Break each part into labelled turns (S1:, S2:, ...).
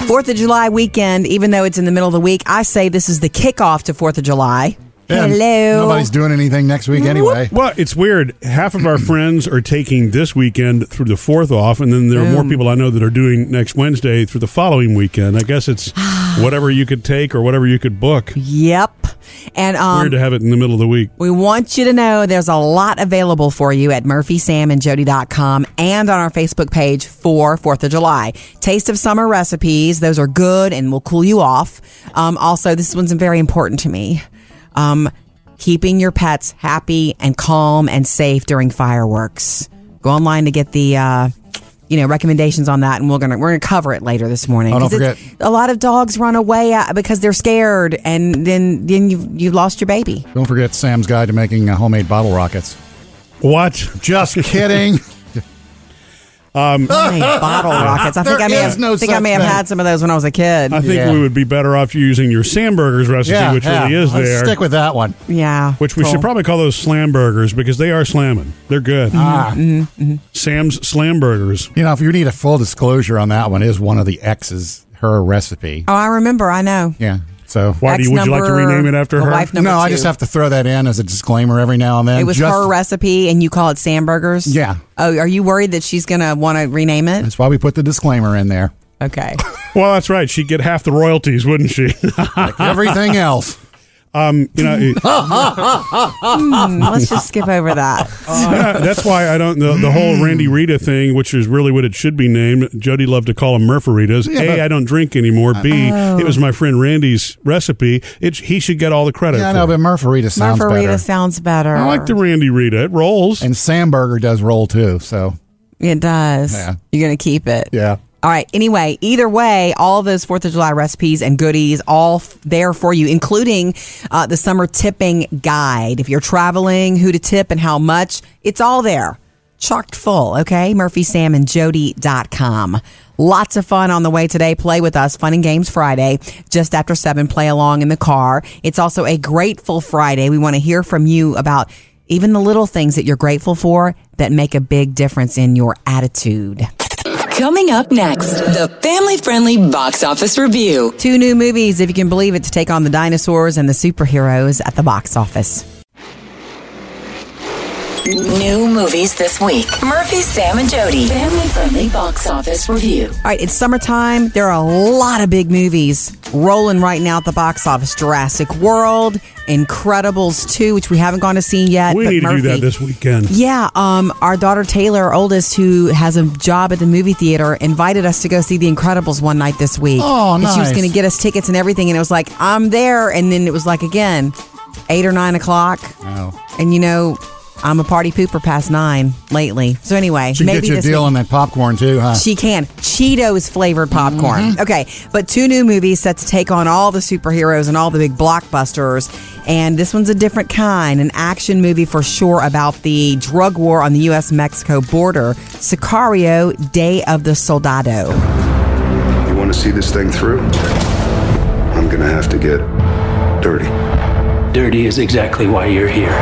S1: Fourth of July weekend, even though it's in the middle of the week, I say this is the kickoff to Fourth of July.
S2: And
S1: Hello.
S2: Nobody's doing anything next week anyway.
S3: Well, it's weird. Half of our friends are taking this weekend through the fourth off, and then there are more
S1: Oh.
S3: people I know that are doing next Wednesday through the following weekend. I guess it's whatever you could take or whatever you could book.
S1: Yep. And um,
S3: weird to have it in the middle of the week.
S1: we want you to know there's a lot available for you at murphysamandjody.com and on our Facebook page for Fourth of July. Taste of summer recipes. Those are good and will cool you off. Um, also, this one's very important to me. Um, keeping your pets happy and calm and safe during fireworks. Go online to get the. Uh, you know recommendations on that, and we're gonna we're gonna cover it later this morning.
S2: Oh, don't
S1: 'Cause it's-
S2: forget.
S1: a lot of dogs run away uh, because they're scared, and then then you you lost your baby.
S2: Don't forget Sam's guide to making uh, homemade bottle rockets.
S3: What?
S2: Just kidding.
S1: Hey, bottle rockets. I think
S2: There
S1: I may
S2: is
S1: have
S2: no
S1: think I
S2: such
S1: may have
S2: thing. Uh,
S1: had some of those when I was a kid.
S3: I think
S2: Yeah.
S3: we would be better off using your Samburgers recipe,
S2: yeah,
S3: which
S2: yeah.
S3: really is
S2: Let's
S3: there.
S2: Stick with that one.
S1: yeah,
S3: which we should
S1: cool.
S3: probably call those slam burgers because they are slamming. They're good.
S2: Ah.
S3: Sam's slam burgers.
S2: You know, if you need a full disclosure on that one, is one of the exes her recipe.
S1: Oh, I remember. I know.
S2: Yeah. So
S3: Why do you, would you like to
S1: Ex-number-
S3: rename it after
S1: or
S3: her?
S1: wife number
S2: no, I
S1: two.
S2: just have to throw that in as a disclaimer every now and then.
S1: It was
S2: Just-
S1: her recipe, and you call it Sandburgers.
S2: Yeah.
S1: Oh, are you worried that she's gonna want to rename it?
S2: That's why we put the disclaimer in there.
S1: Okay.
S3: Well, that's right. She'd get half the royalties, wouldn't she?
S2: Like everything else.
S3: um, you know, it-
S1: Hmm, let's just skip over that.
S3: yeah, that's why I don't the, the whole
S1: Mm.
S3: Randy Rita thing, which is really what it should be named. Jody loved to call them Murfaritas.
S2: Yeah, but-
S3: a, I don't drink anymore. B, it
S1: Oh.
S3: was my friend Randy's recipe. It he should get all the credit.
S2: Yeah, I
S3: for
S2: know,
S3: it.
S2: but Murpharita sounds
S1: Margarita
S2: better.
S1: sounds better.
S3: I like the Randy Rita. It rolls.
S2: and Samburger does roll too. So
S1: It does.
S2: Yeah.
S1: You're gonna keep it.
S2: yeah,
S1: All right. Anyway, either way, all those Fourth of July recipes and goodies all f- there for you, including uh, the summer tipping guide. If you're traveling, who to tip and how much, it's all there, chocked full. Okay, MurphySamandJody.com. Lots of fun on the way today. Play with us, fun and games Friday, just after seven. Play along in the car. It's also a grateful Friday. We want to hear from you about even the little things that you're grateful for that make a big difference in your attitude.
S4: Coming up next, the family friendly box office review.
S1: Two new movies, if you can believe it, to take on the dinosaurs and the superheroes at the box office.
S4: New movies this week. Murphy, Sam, and Jody. Family friendly box office review.
S1: All right, it's summertime. There are a lot of big movies rolling right now at the box office Jurassic World, Incredibles 2, which we haven't gone to see yet.
S3: we
S1: but
S3: need to do that
S1: Murphy-
S3: this weekend.
S1: Yeah, um, our daughter Taylor, our oldest, who has a job at the movie theater, invited us to go see The Incredibles one night this week.
S2: Oh,
S1: And she was
S2: nice.
S1: going to get us tickets and everything, and it was like, I'm there, and then it was like again, eight or nine o'clock.
S2: Wow.
S1: And you know, I'm a party pooper past nine lately. So anyway,
S2: she can
S1: maybe
S2: get you a
S1: this
S2: deal
S1: week-
S2: on that popcorn too, huh?
S1: she can. Cheetos flavored popcorn.
S2: Mm-hmm.
S1: Okay. But two new movies set to take on all the superheroes and all the big blockbusters. And this one's a different kind, an action movie for sure about the drug war on the U.S. Mexico border. Sicario, Day of the Soldado.
S5: You want to see this thing through? I'm going to have to get dirty.
S6: Dirty is exactly why you're here.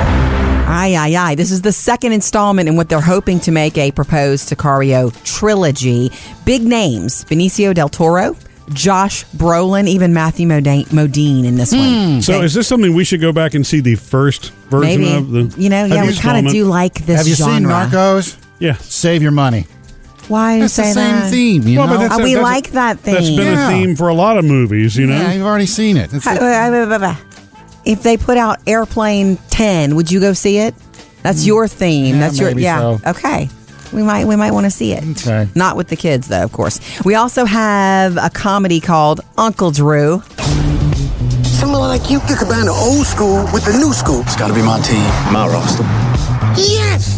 S1: Aye, aye, aye. This is the second installment in what they're hoping to make a proposed Sicario trilogy. Big names Benicio del Toro, Josh Brolin, even Matthew Modine, Modine in this
S2: Hmm.
S1: one.
S3: So is this something we should go back and see the first version
S1: Maybe.
S3: of the?
S1: you know, yeah, we kind of
S3: installment?
S1: do like this
S2: Have you
S1: genre.
S2: seen Narcos?
S3: Yeah.
S2: Save your money.
S1: Why do you
S2: It's
S1: say
S2: the same
S1: that?
S2: theme, you
S3: Well, but
S2: know.
S3: that's-
S1: Oh, we like that theme.
S3: That's been
S2: Yeah.
S3: a theme for a lot of movies, you know.
S2: yeah, you've already seen it. It's,
S1: If they put out Airplane 10, would you go see it? That's your theme.
S2: Mm. Yeah,
S1: That's your
S2: maybe
S1: yeah.
S2: so.
S1: Okay. We might we might want to see it.
S2: Okay.
S1: Not with the kids though, of course. We also have a comedy called Uncle Drew.
S7: Something like you could combine the old school with the new school. It's gotta be my team, my roster. Yes!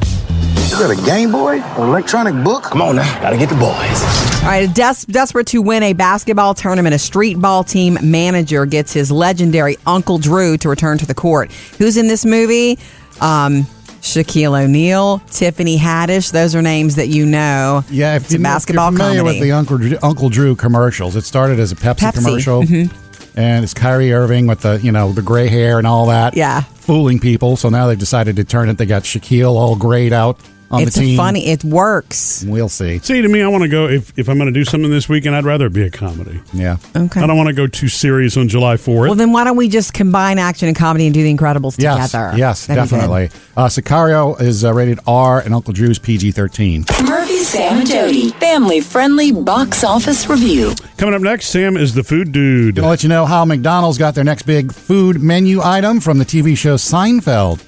S7: You got a Game Boy? An electronic book? Come on now, gotta get the boys.
S1: All right, des- desperate to win a basketball tournament, a street ball team manager gets his legendary Uncle Drew to return to the court. Who's in this movie? Um, Shaquille O'Neal, Tiffany Haddish. Those are names that you know.
S2: yeah, if
S1: it's a
S2: you know- if
S1: basketball
S2: you're familiar
S1: comedy.
S2: with the Uncle Drew, Uncle Drew commercials. It started as a Pepsi,
S1: Pepsi, mm-hmm.
S2: commercial, and it's Kyrie Irving with the you know the gray hair and all that.
S1: Yeah.
S2: fooling people. So now they've decided to turn it. They got Shaquille all grayed out. on
S1: it's
S2: the team.
S1: funny. It works.
S2: We'll see.
S3: See, to me, I want to go, if, if I'm going to do something this weekend, I'd rather it be a comedy.
S2: Yeah.
S1: Okay.
S3: I don't want to go too serious on July 4th.
S1: Well, then why don't we just combine action and comedy and do The Incredibles
S2: Yes,
S1: together?
S2: yes,
S1: That'd be good.
S2: definitely. Uh, Sicario is uh, rated R, and Uncle Drew's PG thirteen.
S4: Murphy, Sam, and Jody. Family friendly box office review.
S3: Coming up next, Sam is the food dude.
S2: Gonna let you know how McDonald's got their next big food menu item from the TV show Seinfeld.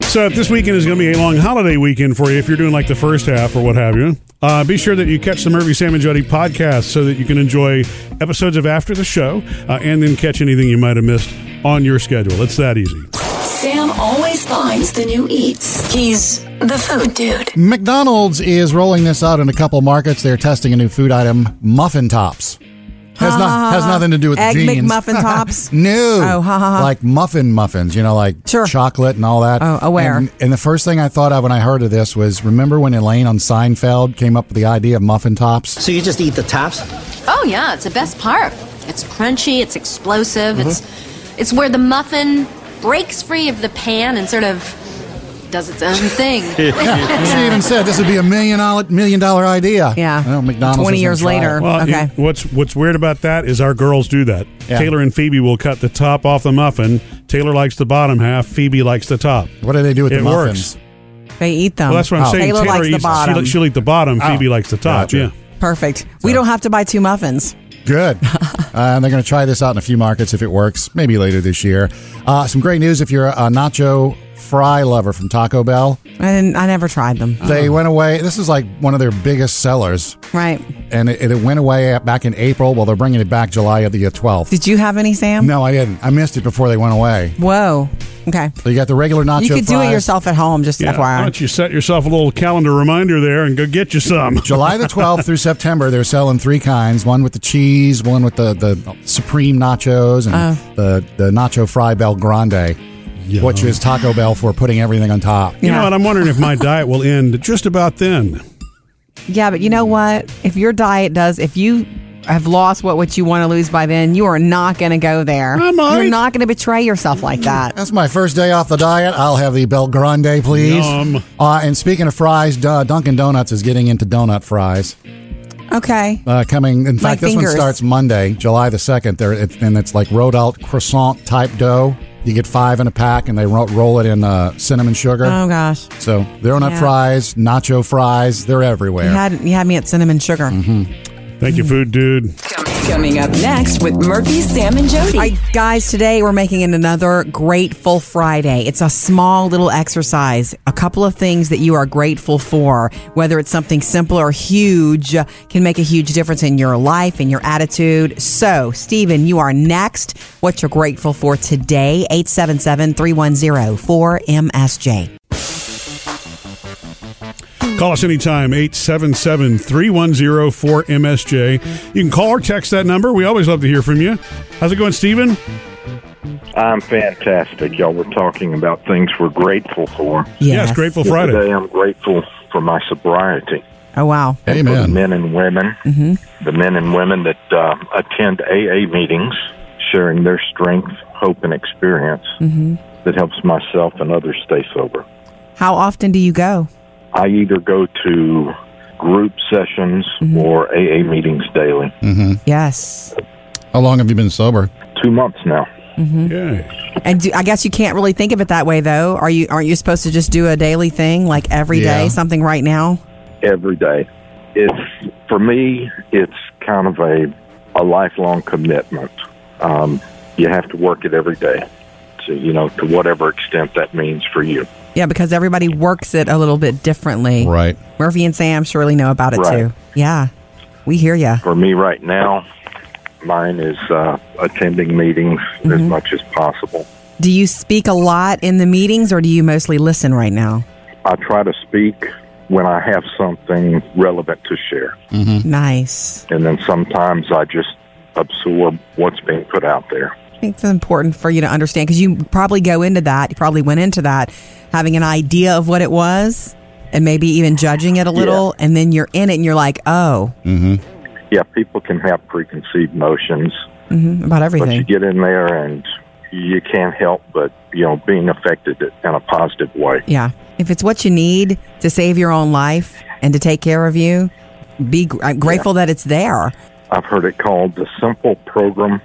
S3: So if this weekend is going to be a long holiday weekend for you, if you're doing like the first half or what have you, uh, be sure that you catch the Murphy, Sam, and Jody podcast so that you can enjoy episodes of after the show uh, and then catch anything you might have missed on your schedule. It's that easy.
S4: Sam always finds the new eats. He's the food dude.
S2: McDonald's is rolling this out in a couple markets. They're testing a new food item, muffin tops. Has, not, has nothing to do with
S1: Egg
S2: the jeans.
S1: McMuffin tops?
S2: no.
S1: Oh, ha, ha, ha.
S2: Like muffin muffins, you know, like
S1: Sure.
S2: chocolate and all that.
S1: Oh, aware.
S2: And, and the first thing I thought of when I heard of this was remember when Elaine on Seinfeld came up with the idea of muffin tops?
S8: So you just eat the tops?
S9: Oh yeah, it's the best part. It's crunchy, it's explosive,
S4: Mm-hmm.
S9: it's it's where the muffin breaks free of the pan and sort of does its own thing.
S2: She even said this would be a million dollar, million dollar idea.
S1: Yeah.
S2: Well, McDonald's
S1: 20
S2: is gonna
S1: years
S2: try it.
S1: later.
S3: Well,
S1: Okay.
S3: you- what's what's weird about that is our girls do that.
S2: Yeah.
S3: Taylor and Phoebe will cut the top off the muffin. Taylor likes the bottom half. Phoebe likes the top.
S2: What do they do with
S3: It
S2: the muffins?
S3: works.
S1: They eat them.
S3: Well, that's what I'm
S2: Oh.
S3: saying.
S1: Taylor, likes
S3: eats,
S1: the bottom. Oh.
S3: She, li- she'll eat the bottom. Phoebe likes the top.
S2: Gotcha.
S3: Yeah.
S1: Perfect. We don't have to buy two muffins.
S2: Good. uh, and they're going to try this out in a few markets if it works, maybe later this year. Uh, some great news if you're a nacho fry lover from Taco Bell.
S1: I didn't. I never tried them.
S2: They went away. This is like one of their biggest sellers,
S1: Right.
S2: and it, it went away back in April. Well, they're bringing it back July of the 12th.
S1: Did you have any, Sam?
S2: No, I didn't. I missed it before they went away.
S1: Whoa. Okay.
S2: So you got the regular nacho
S1: You could do it
S2: fries.
S1: yourself at home, just
S3: yeah. Why
S1: FYI.
S3: don't you set yourself a little calendar reminder there and go get you some?
S2: July the 12th through September, they're selling three kinds one with the cheese, one with the, the supreme nachos, and
S1: Oh.
S2: the, the nacho fry Bel Grande, which is Taco Bell for putting everything on top.
S3: You
S1: Yeah.
S3: know what? I'm wondering if my diet will end just about then.
S1: Yeah, but you know what? If your diet does, if you have lost what, what you want to lose by then, you are not going to go there.
S3: I might.
S1: You're not going to betray yourself like that.
S2: That's my first day off the diet. I'll have the Bel Grande, please.
S3: Yum.
S2: Uh, and speaking of fries, Duh, Dunkin' Donuts is getting into donut fries.
S1: Okay.
S2: Uh, coming, in fact, this one
S1: fingers.
S2: starts Monday, July the 2nd. There, it, and it's like rolled out croissant type dough. You get five in a pack, and they ro- roll it in uh, cinnamon sugar.
S1: Oh gosh,
S2: So donut
S1: Yeah.
S2: fries, nacho fries, they're everywhere.
S1: you had you had me at cinnamon sugar.
S3: Thank you, food dude.
S4: Coming up next with Murphy, Sam, and Jody.
S1: All right, guys, today we're making it another Grateful Friday. It's a small little exercise. A couple of things that you are grateful for, whether it's something simple or huge, can make a huge difference in your life and your attitude. So, Stephen, you are next. What you're grateful for today, 877 310 4MSJ.
S3: Call us anytime, 877 310 4MSJ. You can call or text that number. We always love to hear from you. How's it going, Steven?
S10: I'm fantastic. Y'all were talking about things we're grateful for.
S3: Grateful Friday.
S10: Today I'm grateful for my sobriety.
S1: Oh, wow.
S10: And for the
S2: Amen.
S10: men and women,
S8: Mm-hmm.
S10: the men and women that uh, attend AA meetings, sharing their strength, hope, and experience
S8: Mm-hmm.
S10: that helps myself and others stay sober.
S1: How often do you go?
S10: I either go to group sessions
S8: Mm-hmm.
S10: or AA meetings daily.
S1: Yes.
S2: How long have you been sober?
S10: Two months now.
S3: Yeah.
S1: And do, I guess you can't really think of it that way though. Are you aren't you supposed to just do a daily thing like every day,
S2: Yeah.
S1: something right now?
S10: every day. It's for me, it's kind of a a lifelong commitment. Um, you have to work it every day, to you know, to whatever extent that means for you.
S1: Yeah, because everybody works it a little bit differently.
S2: Right.
S1: Murphy and Sam surely know about it
S10: Right.
S1: too. Yeah. We hear you.
S10: For me, right now, mine is uh, attending meetings as much as possible.
S1: Do you speak a lot in the meetings or do you mostly listen right now?
S10: I try to speak when I have something relevant to share,
S1: Nice.
S10: and then sometimes I just absorb what's being put out there.
S1: I think it's important for you to understand because you probably go into that, you probably went into that having an idea of what it was and maybe even judging it a little. And then you're in it and you're like, oh,
S10: Yeah, people can have preconceived notions.
S1: mm, about
S10: But you
S1: everything.
S10: get in there and you can't help but you know being affected in a positive way.
S1: Yeah. If it's what you need to save your own life and to take care of you, be gr- I'm grateful that it's there.
S10: I've heard it called the simple program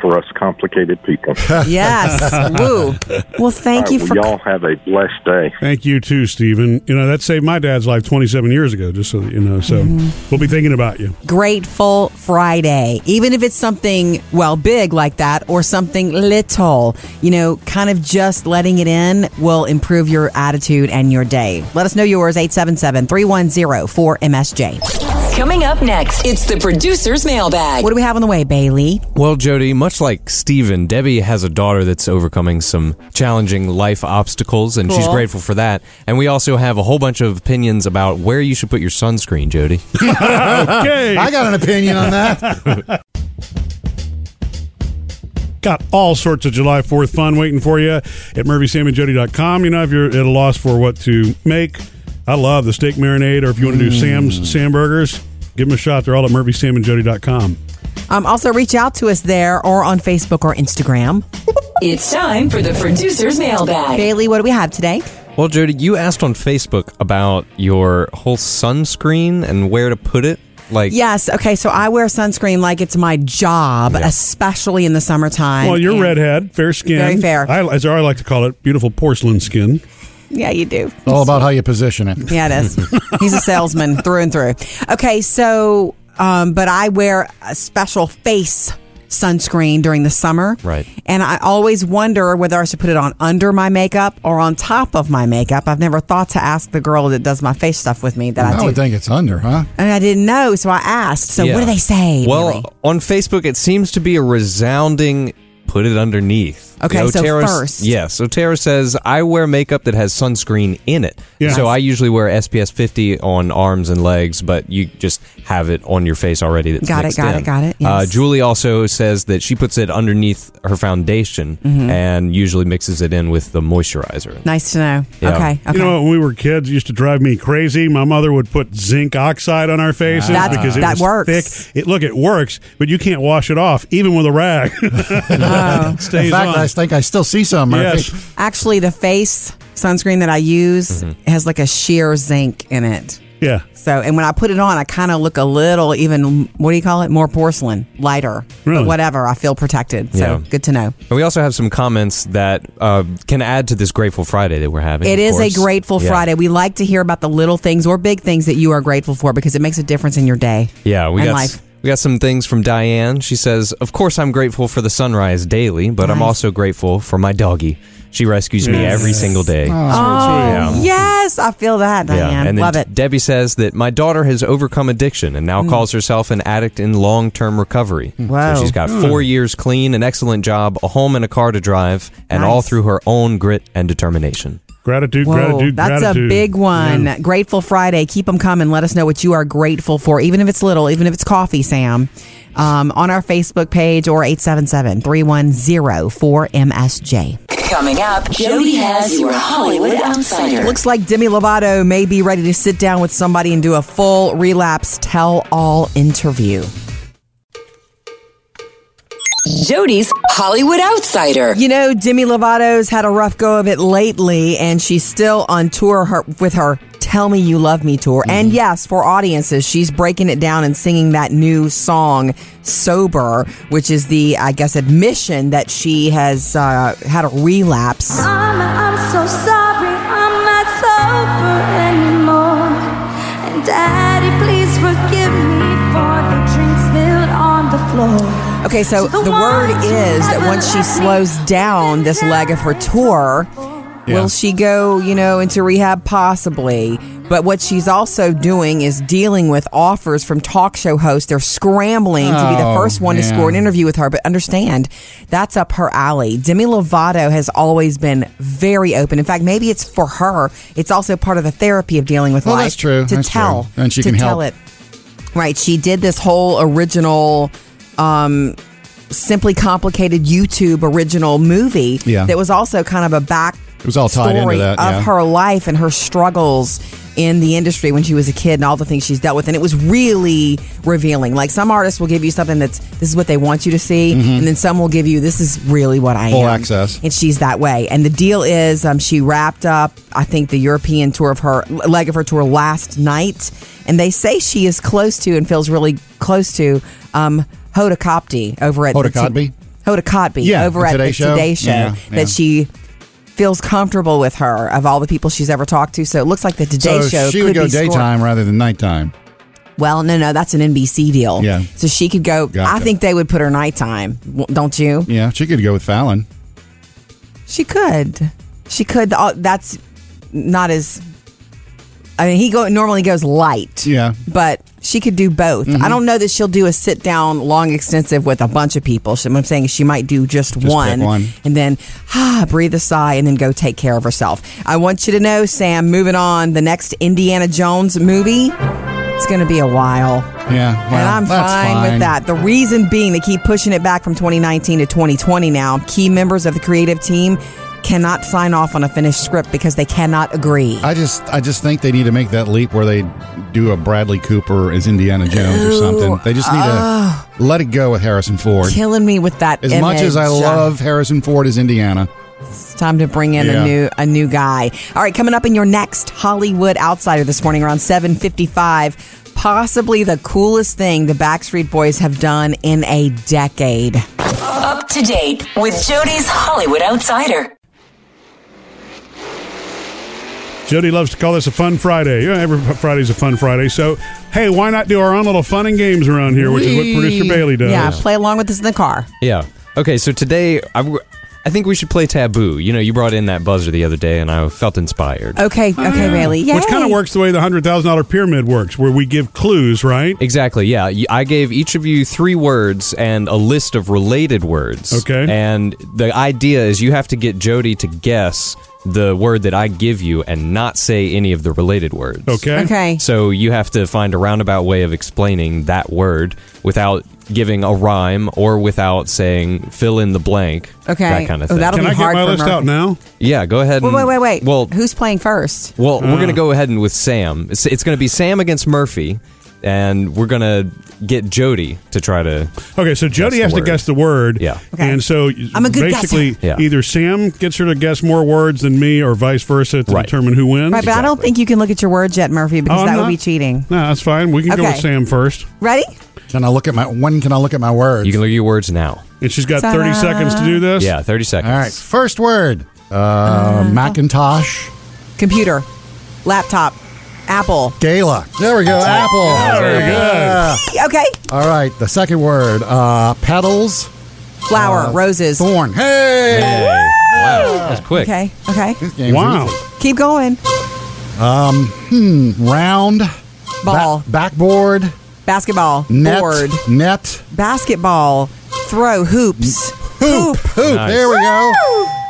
S10: for us complicated people.
S1: Yes. Woo. Well, thank
S10: All
S1: you
S10: right,
S1: for
S10: well, y'all have a blessed day.
S3: Thank you too, Stephen. You know that saved my dad's life 27 years ago. Just so that you know, so we'll be thinking about you.
S1: Grateful Friday. Even if it's something, well, big like that or something little, you know, kind of just letting it in will improve your attitude and your day. Let us know yours, 877 310 4MSJ.
S4: Coming up next, it's the producer's mailbag.
S1: What do we have on the way, Bailey?
S8: Well, Jody, much like Steven, Debbie has a daughter that's overcoming some challenging life obstacles, and she's
S1: Cool.
S8: grateful for that. And we also have a whole bunch of opinions about where you should put your sunscreen, Jody.
S3: okay.
S2: I got an opinion on that.
S3: Got all sorts of July 4th fun waiting for you at murphysamandjody.com. You know, if you're at a loss for what to make, I love the steak marinade, or if you want to do
S1: Mm.
S3: Sam's Sam Burgers, give them a shot. They're all at murphysamandjody.com.
S1: Um, also, reach out to us there or on Facebook or Instagram.
S4: It's time for the producer's mailbag.
S1: Bailey, what do we have today?
S8: well, Jody, you asked on Facebook about your whole sunscreen and where to put it. Like,
S1: Yes. Okay. So I wear sunscreen like it's my job, especially in the summertime.
S3: Well, you're
S1: And-
S3: redhead, fair skin.
S1: Very fair.
S3: I, as I like to call it, beautiful porcelain skin.
S1: Yeah, you do.
S2: It's
S8: Oh.
S2: all about how you position it.
S1: Yeah, it is. He's a salesman through and through. Okay, so, um, but I wear a special face sunscreen during the summer.
S8: Right.
S1: And I always wonder whether I should put it on under my makeup or on top of my makeup. I've never thought to ask the girl that does my face stuff with me that
S2: I
S1: I
S2: would
S1: do.
S2: think it's under, huh?
S1: And I didn't know, so I asked. So
S8: Yeah.
S1: what do they say?
S8: Well,
S1: Bailey?
S8: on Facebook, it seems to be a resounding put it underneath.
S1: Okay, so
S8: Tara-
S1: first.
S8: Yeah, so Tara says, I wear makeup that has sunscreen in it.
S3: Yeah.
S8: So I usually wear SPS 50 on arms and legs, but you just have it on your face already. That's
S1: Got it,
S8: mixed
S1: got it,
S8: in.
S1: got it,
S8: Uh,
S1: yes.
S8: Julie also says that she puts it underneath her foundation and usually mixes it in with the moisturizer.
S1: nice to know.
S8: Yeah.
S1: Okay, okay.
S3: You know, when we were kids, it used to drive me crazy. My mother would put zinc oxide on our faces
S1: That's-
S3: because it
S1: that
S3: was
S1: works.
S3: thick. It look, it works, but you can't wash it off even with a rag. It
S2: In
S3: stays
S2: fact,
S3: on.
S2: I think I still see some. Murphy.
S3: Yes.
S1: Actually, the face sunscreen that I use
S8: Mm-hmm.
S1: has like a sheer zinc in it.
S3: Yeah.
S1: So, and when I put it on, I kind of look a little even, what do you call it? More porcelain, lighter.
S3: Really?
S1: But whatever, I feel protected. So,
S8: Yeah.
S1: good to know.
S8: And we also have some comments that uh, can add to this Grateful Friday that we're having.
S1: It
S8: of
S1: is a
S8: course.
S1: grateful
S8: Yeah.
S1: Friday. We like to hear about the little things or big things that you are grateful for because it makes a difference in your day.
S8: Yeah, we
S1: and
S8: got
S1: life.
S8: we got some things from Diane. She says, "Of course, I'm grateful for the sunrise daily, but I'm
S1: Nice.
S8: also grateful for my doggie. She rescues me
S3: Yes.
S8: every single day."
S1: Oh, yes. I feel that,
S8: Yeah,
S1: Diane.
S8: and then
S1: Love it.
S8: Debbie says that my daughter has overcome addiction and now calls herself an addict in long-term recovery.
S1: Wow.
S8: hmm,
S1: Hmm.
S8: So she's got four years clean, an excellent job, a home and a car to drive, and all
S1: Nice.
S8: through her own grit and determination.
S3: Gratitude,
S1: Whoa,
S3: gratitude,
S1: that's
S3: gratitude.
S1: a big one. Grateful Friday. Keep them coming. Let us know what you are grateful for, even if it's little, even if it's coffee, Sam. Um, on our Facebook page or 877 310 4MSJ.
S4: Coming up, Jody has your Hollywood Outsider.
S1: Looks like Demi Lovato may be ready to sit down with somebody and do a full relapse tell all interview.
S4: Jody's Hollywood Outsider.
S1: You know, Demi Lovato's had a rough go of it lately, and she's still on tour her, with her Tell Me You Love Me tour. And yes, for audiences, she's breaking it down and singing that new song, Sober, which is the, I guess, admission that she has uh, had a relapse.
S11: I'm, I'm so sorry, I'm not sober anymore. And Daddy, please forgive me for the drink spilled on the floor.
S1: Okay, so the word is that once she slows down this leg of her tour, will she go, you know, into rehab possibly? But what she's also doing is dealing with offers from talk show hosts. They're scrambling to be the
S2: Oh,
S1: first one to
S2: man.
S1: score an interview with her. But understand, that's up her alley. Demi Lovato has always been very open. In fact, maybe it's for her. It's also part of the therapy of dealing with
S2: Well,
S1: life
S2: that's true.
S1: to
S2: That's true.
S1: tell
S2: And she
S1: to
S2: can
S1: tell
S2: help.
S1: it. Right. She did this whole original, um, simply complicated YouTube original movie
S2: Yeah.
S1: that was also kind of a back.
S2: It was all tied into
S1: story
S2: that,
S1: of
S2: yeah.
S1: her life and her struggles in the industry when she was a kid and all the things she's dealt with. And it was really revealing. Like some artists will give you something that's this is what they want you to see,
S2: Mhm.
S1: and then some will give you this is really what I
S2: Full
S1: am.
S2: access.
S1: And she's that way. And the deal is um, she wrapped up, I think, the European tour of her leg of her tour last night. And they say she is close to and feels really close to um, Hoda Kotb over at the
S2: Hoda
S1: t-
S2: Kotb?
S1: Hoda Kotb
S2: Yeah,
S1: over
S2: the
S1: at
S2: Today
S1: the
S2: Show.
S1: Today Show
S2: Yeah,
S1: that
S2: yeah.
S1: she feels comfortable with her of all the people she's ever talked to. So it looks like the Today
S2: so
S1: Show
S2: she
S1: could
S2: would go
S1: be scored-
S2: daytime rather than nighttime.
S1: Well, no, no, that's an NBC deal.
S2: Yeah.
S1: So she could go. I
S2: Gotcha.
S1: think they would put her nighttime, w- don't you?
S2: Yeah, she could go with Fallon.
S1: She could. She could. uh, That's not as. I mean, he go normally goes light.
S2: Yeah. Mm-hmm.
S1: But she could do both. I don't know that she'll do a sit down long extensive with a bunch of people. So what I'm saying is she might do just,
S2: pick
S1: one,
S2: one.
S1: and then ah, breathe a sigh and then go take care of herself. I want you to know, Sam, moving on, the next Indiana Jones movie, it's going to be a while.
S2: Yeah,
S1: and
S2: well,
S1: I'm
S2: that's
S1: fine, with
S2: fine.
S1: that. The reason being they keep pushing it back from 2019 to 2020 now. Key members of the creative team cannot sign off on a finished script because they cannot agree.
S2: I just I just think they need to make that leap where they do a Bradley Cooper as Indiana Jones or something. They just need
S1: oh.
S2: to let it go with Harrison Ford.
S1: Killing me with that.
S2: as much as I
S1: image.
S2: love Harrison Ford as Indiana.
S1: It's time to bring in
S2: Yeah.
S1: a new a new guy. All right, coming up in your next Hollywood Outsider this morning around 7:55, possibly the coolest thing the Backstreet Boys have done in a decade.
S4: Up to date with Jody's Hollywood Outsider.
S3: Jody loves to call this a fun Friday. Yeah, every Friday's a fun Friday. So, hey, why not do our own little fun and games around here, which is what producer Bailey does.
S1: Yeah, play along with us in the car.
S8: Yeah. Okay, so today I, w- I think we should play Taboo. You know, you brought in that buzzer the other day and I felt inspired.
S1: Okay, okay, Bailey. Yeah.
S3: Which kind of works the way the hundred thousand dollar pyramid works, where we give clues, right?
S8: Exactly, yeah. You- I gave each of you three words and a list of related words.
S3: Okay.
S8: And the idea is you have to get Jody to guess the word that I give you and not say any of the related words.
S3: Okay.
S1: Okay.
S8: So you have to find a roundabout way of explaining that word without giving a rhyme or without saying fill in the blank.
S1: Okay.
S8: That kind of
S1: Oh,
S8: thing.
S1: that'll Can be I get hard my for list Murphy. out
S3: now?
S8: Yeah, go ahead.
S1: Wait,
S8: and-
S2: Hmm.
S1: wait, wait, wait.
S8: Well,
S1: Who's playing first?
S8: well, we're
S3: Mm.
S8: going to go ahead and with Sam. It's, it's going to be Sam against Murphy, and we're going to get Jody to try to.
S3: Okay, so Jody
S8: the
S3: has to
S8: word.
S3: guess the word.
S8: Yeah.
S3: And so
S1: I'm a good
S3: basically,
S8: guesser. Yeah.
S3: either Sam gets her to guess more words than me, or vice versa, to determine who wins.
S1: Right, but I don't think you can look at your words yet, Murphy, because
S3: Oh, I'm
S1: that
S3: not?
S1: would be cheating.
S3: No, that's fine. We can go
S1: Okay.
S3: with Sam first.
S1: Ready?
S2: Can I look at my when can I look at my words?
S8: You can look at your words now.
S3: And she's got 30 seconds to do this.
S8: Yeah, 30
S2: All
S8: seconds.
S2: right, first word. Uh,
S1: Uh-huh.
S2: Macintosh.
S1: Computer, laptop, Apple.
S2: Gala. There we go. Apple.
S1: Very
S2: Yeah.
S1: Okay.
S2: All right, the second word. Uh, petals.
S1: Flower, roses.
S2: Thorn. Hey.
S8: Wow, that was quick.
S1: Okay. Okay.
S2: Game's
S3: Wow.
S2: easy.
S1: Keep going.
S2: Um, hmm, round.
S1: Ball.
S2: Ba- backboard.
S1: Basketball.
S2: Net.
S1: Board.
S2: Net.
S1: Basketball. Throw. Hoops. Hoop.
S2: Hoop.
S8: Nice.
S2: There we go.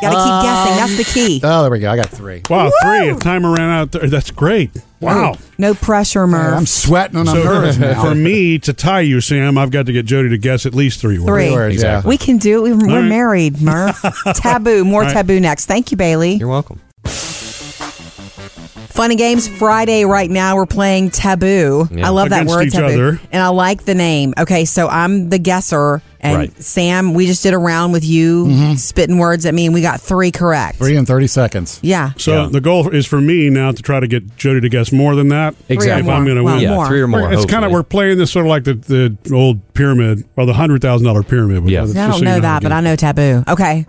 S1: Gotta keep guessing. That's the key.
S2: Oh, there we go. I got three.
S3: Wow, three. If timer ran out, th- that's great. Wow.
S1: No pressure,
S2: Man,
S1: Murph.
S2: I'm sweating and I'm
S3: So
S2: nervous now.
S3: for me to tie you, Sam, I've got to get Jody to guess at least three words.
S1: Three.
S2: Three words, yeah.
S1: we can do it. We're, we're
S3: right.
S1: married, Murph. taboo. More
S3: All right.
S1: taboo next. Thank you, Bailey.
S8: You're welcome.
S1: Fun and Games Friday right now. We're playing Taboo.
S8: Yeah.
S1: I love that
S3: Against
S1: word
S3: each
S1: Taboo.
S3: other.
S1: And I like the name. Okay, so I'm the guesser and
S8: Right.
S1: Sam, we just did a round with you
S3: Mm-hmm.
S1: spitting words at me and we got 3 correct.
S2: three in 30 seconds.
S1: Yeah.
S3: So
S8: Yeah.
S3: the goal is for me now to try to get Jody to guess more than that.
S8: Exactly.
S3: If I'm going to
S1: Well,
S3: win.
S8: yeah,
S1: more.
S8: three or more.
S3: It's kind of
S8: hopefully.
S3: we're playing this sort of like the, the old pyramid or the hundred thousand dollar pyramid.
S8: Yeah.
S3: Just
S1: I
S3: so
S1: don't
S3: you
S1: know
S3: how
S1: that,
S3: to
S1: but
S3: do
S1: I know Taboo. Okay.
S3: it.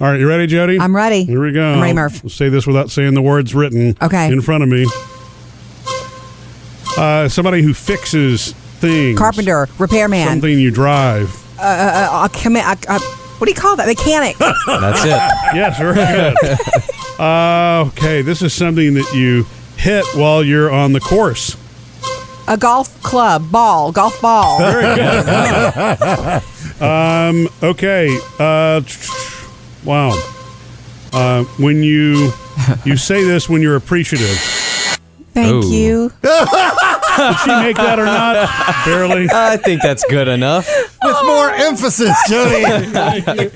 S3: All right, you ready, Jody?
S1: I'm ready.
S3: Here we go.
S1: I'm ready, Murph.
S3: We'll say this without saying the words written.
S1: Okay.
S3: In front of me. Uh, somebody who fixes things.
S1: Carpenter, repairman,
S3: Something you drive.
S1: uh, a commi- a- a- what do you call that? Mechanic.
S8: That's it.
S3: Yes, very good. uh, okay, this is something that you hit while you're on the course.
S1: a golf club, ball, golf ball.
S3: Um, okay. Uh, tch, tch, wow. Uh, when you you say this when you're appreciative.
S1: Thank
S8: Ooh.
S1: you.
S3: Did she make that or not? Barely.
S8: I think that's good enough.
S2: With more emphasis, Jody.
S1: I was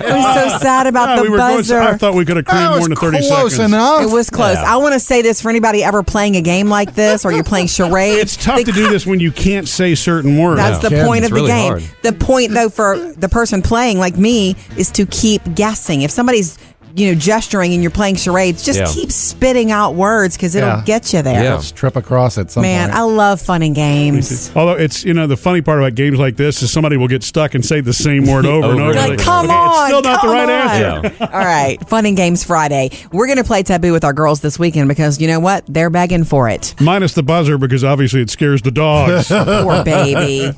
S1: so sad about
S3: Ah,
S1: the
S3: we were going-
S1: buzzer.
S3: I thought we could have
S2: That
S3: crammed more
S2: was
S3: than 30
S2: close
S3: seconds.
S2: enough.
S1: It was close. I want to say this for anybody ever playing a game like this or you're playing charades.
S3: It's tough to do this when you can't say certain words.
S1: That's the
S2: Yeah.
S1: point
S8: It's
S1: of
S8: really
S1: the game.
S8: hard.
S1: The point, though, for the person playing, like me, is to keep guessing. If somebody's you know gesturing and you're playing charades, just
S8: Yeah.
S1: keep spitting out words because it'll
S2: Yeah.
S1: get you there.
S8: Yeah.
S2: Let's trip across at some
S1: Man, I
S2: point.
S1: love fun and games.
S3: Although it's you know the funny part about games like this is somebody will get stuck and say the same word over, and
S8: Over
S3: over.
S8: and
S1: Like,
S8: Really?
S1: come
S3: Okay,
S1: on,
S3: it's still not the
S1: come
S3: right
S1: on.
S3: answer.
S8: Yeah.
S1: All right, fun and games Friday. We're gonna play taboo with our girls this weekend because you know what? They're begging for it.
S3: Minus the buzzer because obviously it scares the dogs.
S1: Poor baby.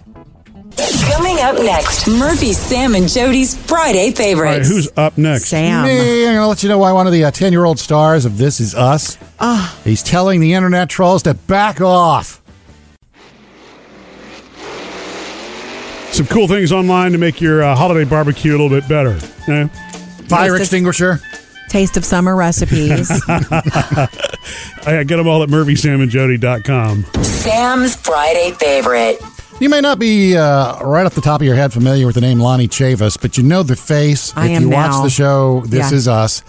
S4: Coming up next, Murphy, Sam, and Jody's Friday
S3: All right,
S4: favorites.
S3: who's up next?
S1: Sam.
S2: Me, I'm going to let you know why one of the uh, 10 year old stars of This Is Us.
S1: Ah.
S2: He's telling the internet trolls to back off.
S3: Some cool things online to make your uh, holiday barbecue a little bit better. Eh? Yeah.
S2: Fire
S1: Yes, it's-
S2: extinguisher.
S1: Taste of summer recipes.
S3: I get them all at MurphySamandJody.com.
S4: Sam's Friday favorite.
S2: You may not be uh, right off the top of your head familiar with the name Lonnie Chavis, but you know the face.
S1: I
S2: if
S1: am
S2: you
S1: now.
S2: watch the show This
S1: Yeah.
S2: Is Us,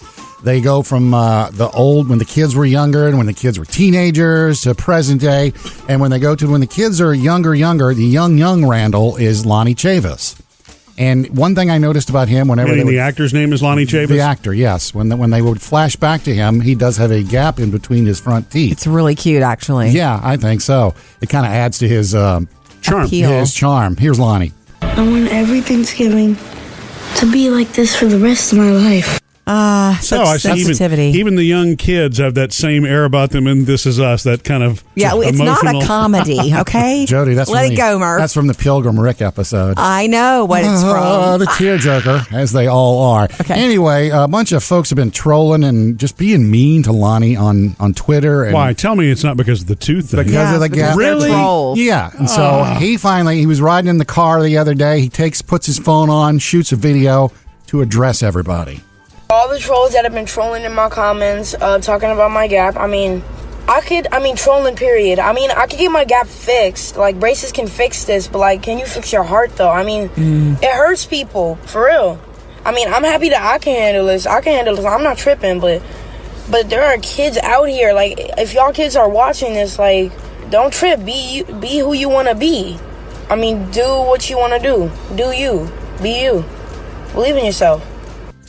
S2: they go from uh, the old when the kids were younger and when the kids were teenagers to present day. And when they go to when the kids are younger, younger, the young, young Randall is Lonnie Chavis. And one thing I noticed about him whenever
S3: Meaning
S2: they would
S3: the actor's name is Lonnie Chavis.
S2: The actor, yes. When the, when they would flash back to him, he does have a gap in between his front teeth.
S1: it's really cute, actually.
S2: Yeah, I think so. It kind of adds to his um,
S3: Charm.
S1: Appeal.
S2: his charm. Here's Lonnie.
S11: I want every Thanksgiving to be like this for the rest of my life.
S1: Ah,
S3: So Oh, I
S1: such
S3: see even,
S1: sensitivity.
S3: even the young kids have that same air about them and This Is Us, that kind of
S1: yeah, well, it's not
S3: emotional.
S1: a comedy, okay?
S2: Jody, that's
S1: let
S2: from
S1: it
S2: the,
S1: go, Murph.
S2: That's from the Pilgrim Rick episode.
S1: I know what it's
S2: Ah,
S1: from.
S2: the tearjerker, as they all are.
S1: Okay.
S2: Anyway, a bunch of folks have been trolling and just being mean to Lonnie on, on Twitter. And
S3: Why? Tell me it's not because of the tooth thing.
S2: Because
S1: Yeah,
S2: of the
S1: because
S2: gap.
S1: they're
S3: Really? Ah.
S1: trolls.
S2: Yeah, and so he finally he was riding in the car the other day. He takes puts his phone on, shoots a video to address everybody.
S12: All the trolls that have been trolling in my comments, uh, talking about my gap. I mean, I could, I mean, trolling, period. I mean, I could get my gap fixed. Like, braces can fix this, but, like, can you fix your heart, though? I mean, it hurts people, for real. I mean, I'm happy that I can handle this. I can handle this. I'm not tripping, but, but there are kids out here. Like, if y'all kids are watching this, like, don't trip. Be, you, be who you want to be. I mean, do what you want to do. Do you. Be you. Believe in yourself.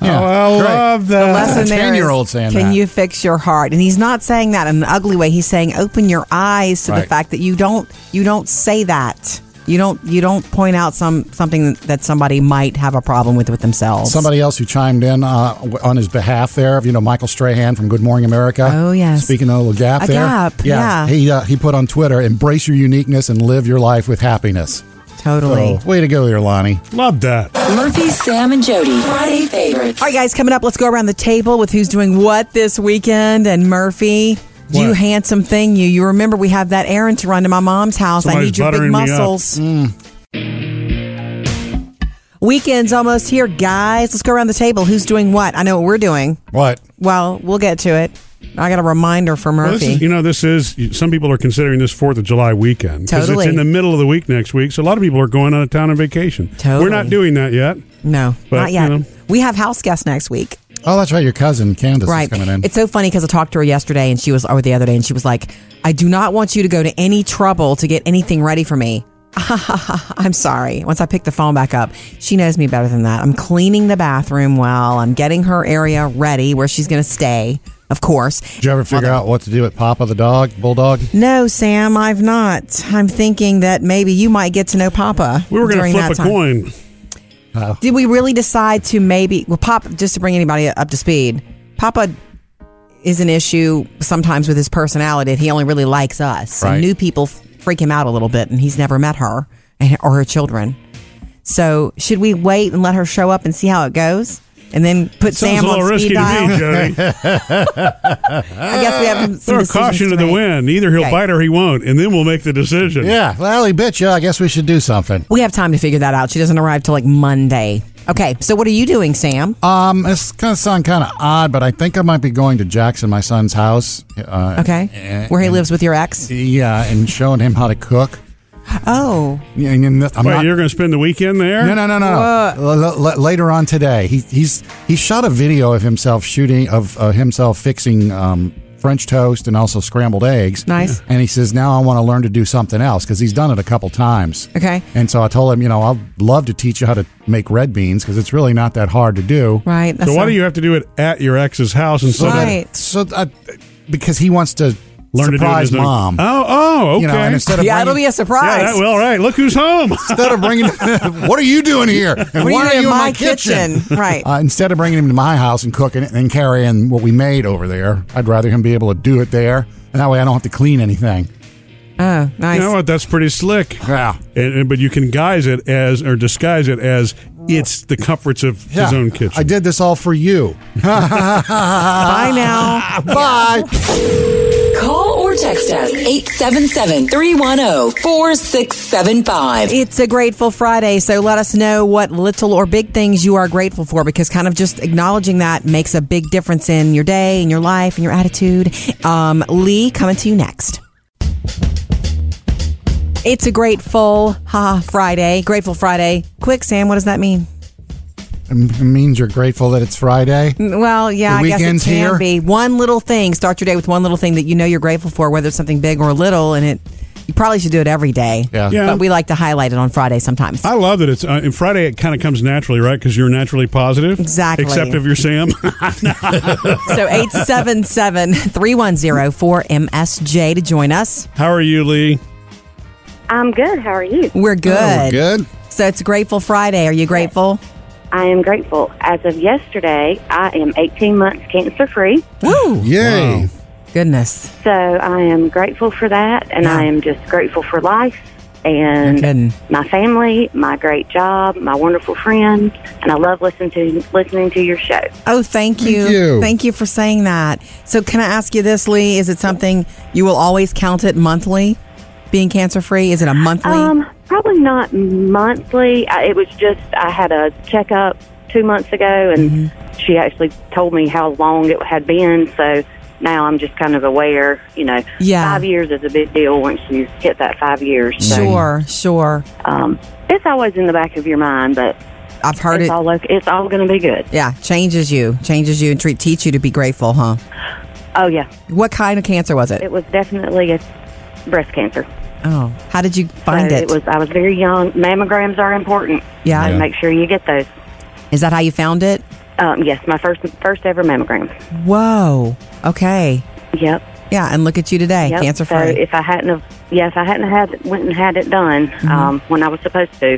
S2: Yeah,
S3: Oh, I
S2: great.
S3: love that.
S1: The lesson there is,
S2: 10-year-old saying
S1: Can
S2: that.
S1: you fix your heart? And he's not saying that in an ugly way. He's saying open your eyes to the
S2: Right.
S1: fact that you don't you don't say that. You don't you don't point out some something that somebody might have a problem with with themselves.
S2: Somebody else who chimed in uh, w- on his behalf there, you know, Michael Strahan from Good Morning America.
S1: Oh, yes.
S2: Speaking of a little gap
S1: A
S2: there.
S1: gap, yeah.
S2: He, uh, he put on Twitter, embrace your uniqueness and live your life with happiness.
S1: totally.
S2: So, way to go there, Lonnie.
S3: Love that.
S4: Murphy, Sam, and Jody. Friday favorites.
S1: All right, guys, coming up, let's go around the table with who's doing what this weekend. And Murphy, you
S3: What?
S1: handsome thing, you. You remember we have that errand to run to my mom's house. I
S3: Somebody's
S1: need your big
S3: buttering me up. Mm.
S1: muscles. Weekend's almost here, guys. Let's go around the table. Who's doing what? I know what we're doing.
S2: What?
S1: Well, we'll get to it. I got a reminder for
S3: Well, this
S1: Murphy.
S3: is, you know, this is, some people are considering this 4th of July weekend. 'cause
S1: Totally.
S3: it's in the middle of the week next week, so a lot of people are going out of town on vacation.
S1: Totally.
S3: We're not doing that yet.
S1: no,
S3: But,
S1: not yet.
S3: you know.
S1: We have house guests next week.
S2: Oh, that's right. Your cousin, Candace,
S1: right.
S2: is coming in.
S1: It's so funny because I talked to her yesterday and she was, or the other day, and she was like, I do not want you to go to any trouble to get anything ready for me. I'm sorry. Once I pick the phone back up, she knows me better than that. I'm cleaning the bathroom well. I'm getting her area ready where she's going to stay, of course.
S2: Did you ever figure out what to do with Papa the dog, Bulldog?
S1: No, Sam, I've not. I'm thinking that maybe you might get to know Papa.
S3: We were going to
S1: during
S3: flip
S1: that
S3: a
S1: time.
S3: coin.
S1: Did we really decide to maybe, well, Papa, just to bring anybody up to speed, Papa is an issue sometimes with his personality that he only really likes us. And
S2: Right.
S1: new people freak him out a little bit and he's never met her and, or her children. So should we wait and let her show up and see how it goes? And then put
S3: Sounds
S1: Sam
S3: a little
S1: on
S3: risky
S1: speed
S3: to me,
S1: dial.
S3: Jody.
S1: I guess we have some
S3: Throw a
S1: decisions
S3: caution to the
S1: make.
S3: wind. Either he'll
S1: Okay.
S3: bite or he won't, and then we'll make the decision.
S2: Yeah. Well, he bit you. I guess we should do something.
S1: We have time to figure that out. She doesn't arrive till like Monday. Okay, so what are you doing, Sam?
S2: Um, this kind of sound kind of odd, but I think I might be going to Jackson, my son's house. Uh,
S1: Okay.
S2: and-
S1: Where he
S2: and-
S1: lives with your ex?
S2: Yeah, and showing him how to cook.
S1: Oh.
S2: Yeah, and, and I'm
S3: Wait,
S2: not-
S3: you're going to spend the weekend there?
S2: No, no, no, no, no. L- l- later on today, he he's he shot a video of himself shooting of uh, himself fixing um, French toast and also scrambled eggs.
S1: Nice.
S2: And he says now I want to learn to do something else because he's done it a couple times.
S1: Okay.
S2: And so I told him, you know, I'd love to teach you how to make red beans because it's really not that hard to do.
S1: Right.
S3: So why do you have to do it at your ex's house
S2: So
S3: instead
S2: that-
S3: of
S2: so I, because he wants to
S3: learn to do it
S2: surprise
S3: as an-
S2: mom.
S3: Oh, oh, okay.
S2: You know, and instead of
S1: Yeah,
S2: bringing-
S1: it'll be a surprise.
S3: Yeah, that- well, all right. Look who's home.
S2: instead of bringing what are you doing here and
S1: What are you
S2: why
S1: doing
S2: are
S1: in
S2: you in
S1: my
S2: my kitchen,
S1: kitchen? Right.
S2: uh, instead of bringing him to my house and cooking it and carrying what we made over there i'd rather him be able to do it there and that way i don't have to clean anything
S1: Oh, nice.
S3: You know what? That's pretty slick.
S2: yeah
S3: And, and- but you can guise it as or disguise it as it's the comforts of
S2: yeah
S3: his own kitchen.
S2: i did this all for you
S1: Bye
S2: Ah.
S1: now.
S2: bye
S4: Call or text us 877 310 4675.
S1: It's a Grateful Friday, so let us know what little or big things you are grateful for because kind of just acknowledging that makes a big difference in your day, in your life, in your attitude. Um, Lee, coming to you next. It's a Grateful Ha Friday. Grateful Friday. Quick, Sam, what does that mean?
S2: it means you're grateful that it's friday
S1: Mm, Well, yeah,
S2: The
S1: I guess it can
S2: weekend's here?
S1: be one little thing. Start your day with one little thing that you know you're grateful for, whether it's something big or little, and it. You probably should do it every day.
S2: Yeah.
S3: Yeah.
S1: But we like to highlight it on Friday sometimes.
S3: I love that it's uh, and Friday. It kind of comes naturally, right? Because you're naturally positive,
S1: Exactly.
S3: Except if you're Sam.
S1: So 877 310 4MSJ to join us.
S3: How are you, Lee?
S13: I'm good. How are you?
S1: We're
S2: Oh,
S1: good.
S2: good
S1: So it's Grateful Friday. Are you grateful?
S13: I am grateful. As of yesterday, I am 18 months cancer free.
S1: Woo!
S2: yay
S3: Wow.
S1: Goodness.
S13: So I am grateful for that. And I am just grateful for life
S1: No
S13: and
S1: kidding.
S13: my family, my great job, my wonderful friends. And I love listening to, listening to your show.
S1: Oh, thank you.
S2: you.
S1: Thank you for saying that. So can I ask you this, Lee? Is it something you will always count it monthly? Being cancer free? Is it a monthly?
S13: Um, probably not monthly. I, it was just I had a checkup two months ago, and
S1: Mm-hmm.
S13: she actually told me how long it had been. So now I'm just kind of aware. You know,
S1: Yeah.
S13: five years is a big deal once you hit that five years. So,
S1: sure, sure.
S13: um, it's always in the back of your mind, but
S1: I've heard
S13: it's
S1: it.
S13: all okay. it's all going to be good.
S1: Yeah, changes you, changes you, and treat, teach you to be grateful, huh?
S13: Oh yeah,
S1: What kind of cancer was it?
S13: it was definitely a breast cancer.
S1: Oh, how did you find
S13: so
S1: it?
S13: it was. I was very young. Mammograms are important.
S1: Yeah.
S13: So
S1: Yeah.
S13: make sure you get those.
S1: Is that how you found it?
S13: Um, yes, my first first ever mammogram.
S1: Whoa. Okay.
S13: Yep.
S1: Yeah, and look at you today,
S13: Yep.
S1: cancer
S13: So
S1: free.
S13: if I hadn't have, yeah, if I hadn't had went and had it done um, when I was supposed to,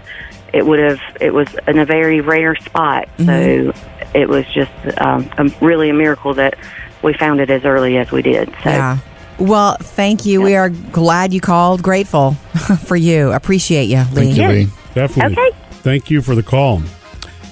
S13: it would have. It was in a very rare spot, so it was just um, a, really a miracle that we found it as early as we did. So
S1: yeah. Well, thank you. We are glad you called. Grateful for you. Appreciate you, Lee.
S2: thank you lee
S3: Definitely.
S13: Okay.
S3: Thank you for the call.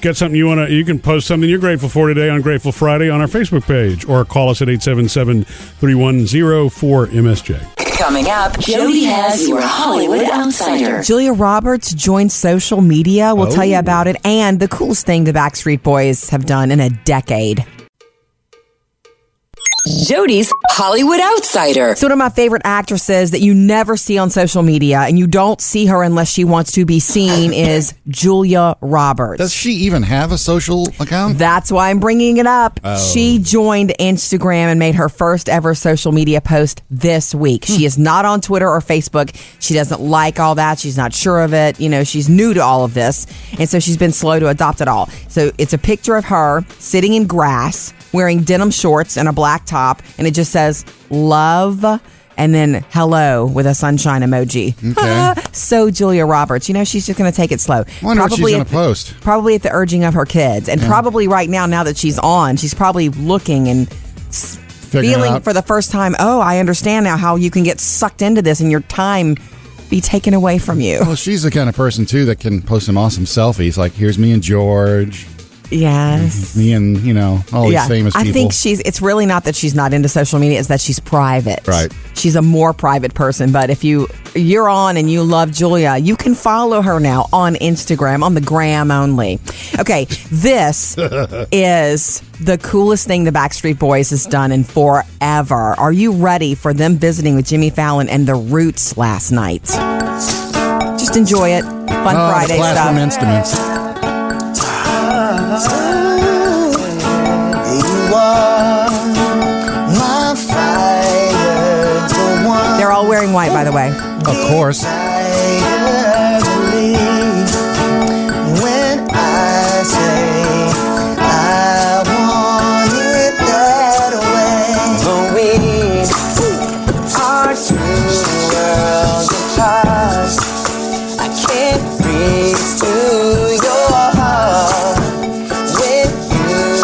S3: Get something you want to, you can post something you're grateful for today on Grateful Friday on our Facebook page or call us at 877 310 4MSJ.
S4: Coming up, Jody has your Hollywood Outsider.
S1: Julia Roberts joined social media. We'll
S2: Oh.
S1: tell you about it and the coolest thing the Backstreet Boys have done in a decade.
S4: Jody's Hollywood Outsider.
S1: So one of my favorite actresses that you never see on social media and you don't see her unless she wants to be seen is Julia Roberts.
S2: does she even have a social account
S1: That's why I'm bringing it up. She joined Instagram and made her first ever social media post this week. She is not on Twitter or Facebook. She doesn't like all that. She's not sure of it. You know, she's new to all of this. And so she's been slow to adopt it all. So it's a picture of her sitting in grass, wearing denim shorts and a black top. And it just says, love. And then hello with a sunshine emoji.
S2: Okay.
S1: so Julia Roberts, you know she's just going to take it slow.
S2: Wonder what she's
S1: Probably
S2: gonna
S1: at-
S2: post.
S1: probably at the urging of her kids and probably right now now that she's on she's probably looking and s-
S2: Figuring
S1: feeling
S2: out.
S1: for the first time oh i understand now how you can get sucked into this and your time be taken away from you
S2: well she's the kind of person too that can post some awesome selfies like here's me and george
S1: Yes.
S2: Me and you know all these Oh, famous people.
S1: I think she's. It's really not that she's not into social media; it's that she's private.
S2: Right.
S1: She's a more private person. But if you you're on and you love Julia, you can follow her now on Instagram on the gram only. Okay, this is the coolest thing the Backstreet Boys has done in forever. Are you ready for them visiting with Jimmy Fallon and the Roots last night? Just enjoy it. Fun
S2: Oh, the
S1: Friday
S2: classroom
S1: stuff.
S2: instruments.
S1: They're all wearing white, by the way.
S2: Of course.
S14: When I say I want it that way, but we are two worlds apart. I can't reach to your heart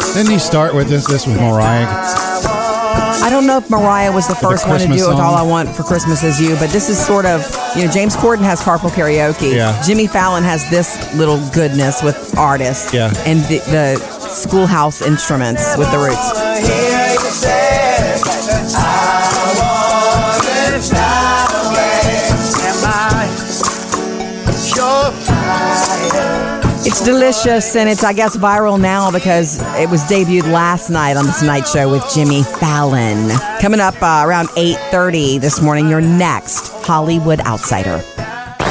S14: with
S2: Didn't he start with this? This was Mariah.
S1: I don't know if Mariah was the first one to do it
S2: Christmas
S1: with
S2: song?
S1: All I Want for Christmas Is You, but this is sort of, you know, James Corden has carpool karaoke.
S2: Yeah.
S1: Jimmy Fallon has this little goodness with artists.
S2: Yeah.
S1: And the, the schoolhouse instruments with the roots.
S14: hear you say, I want it that way. Am I your fire?
S1: It's delicious and it's, I guess, viral now because it was debuted last night on The Tonight Show with Jimmy Fallon. Coming up uh, around 8.30 this morning, your next Hollywood Outsider.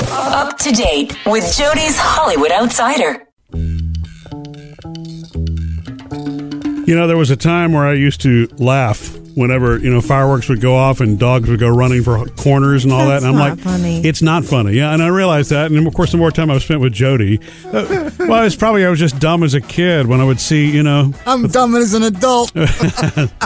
S4: Up to date with Jody's Hollywood Outsider.
S3: You know, there was a time where I used to laugh whenever you know fireworks would go off and dogs would go running for corners and all
S15: That's
S3: that. And I'm
S15: not
S3: like,
S15: funny.
S3: it's not funny. Yeah, and I realized that. And of course, the more time I've spent with Jody, uh, well, it's probably I was just dumb as a kid when I would see you know.
S2: I'm dumb as an adult.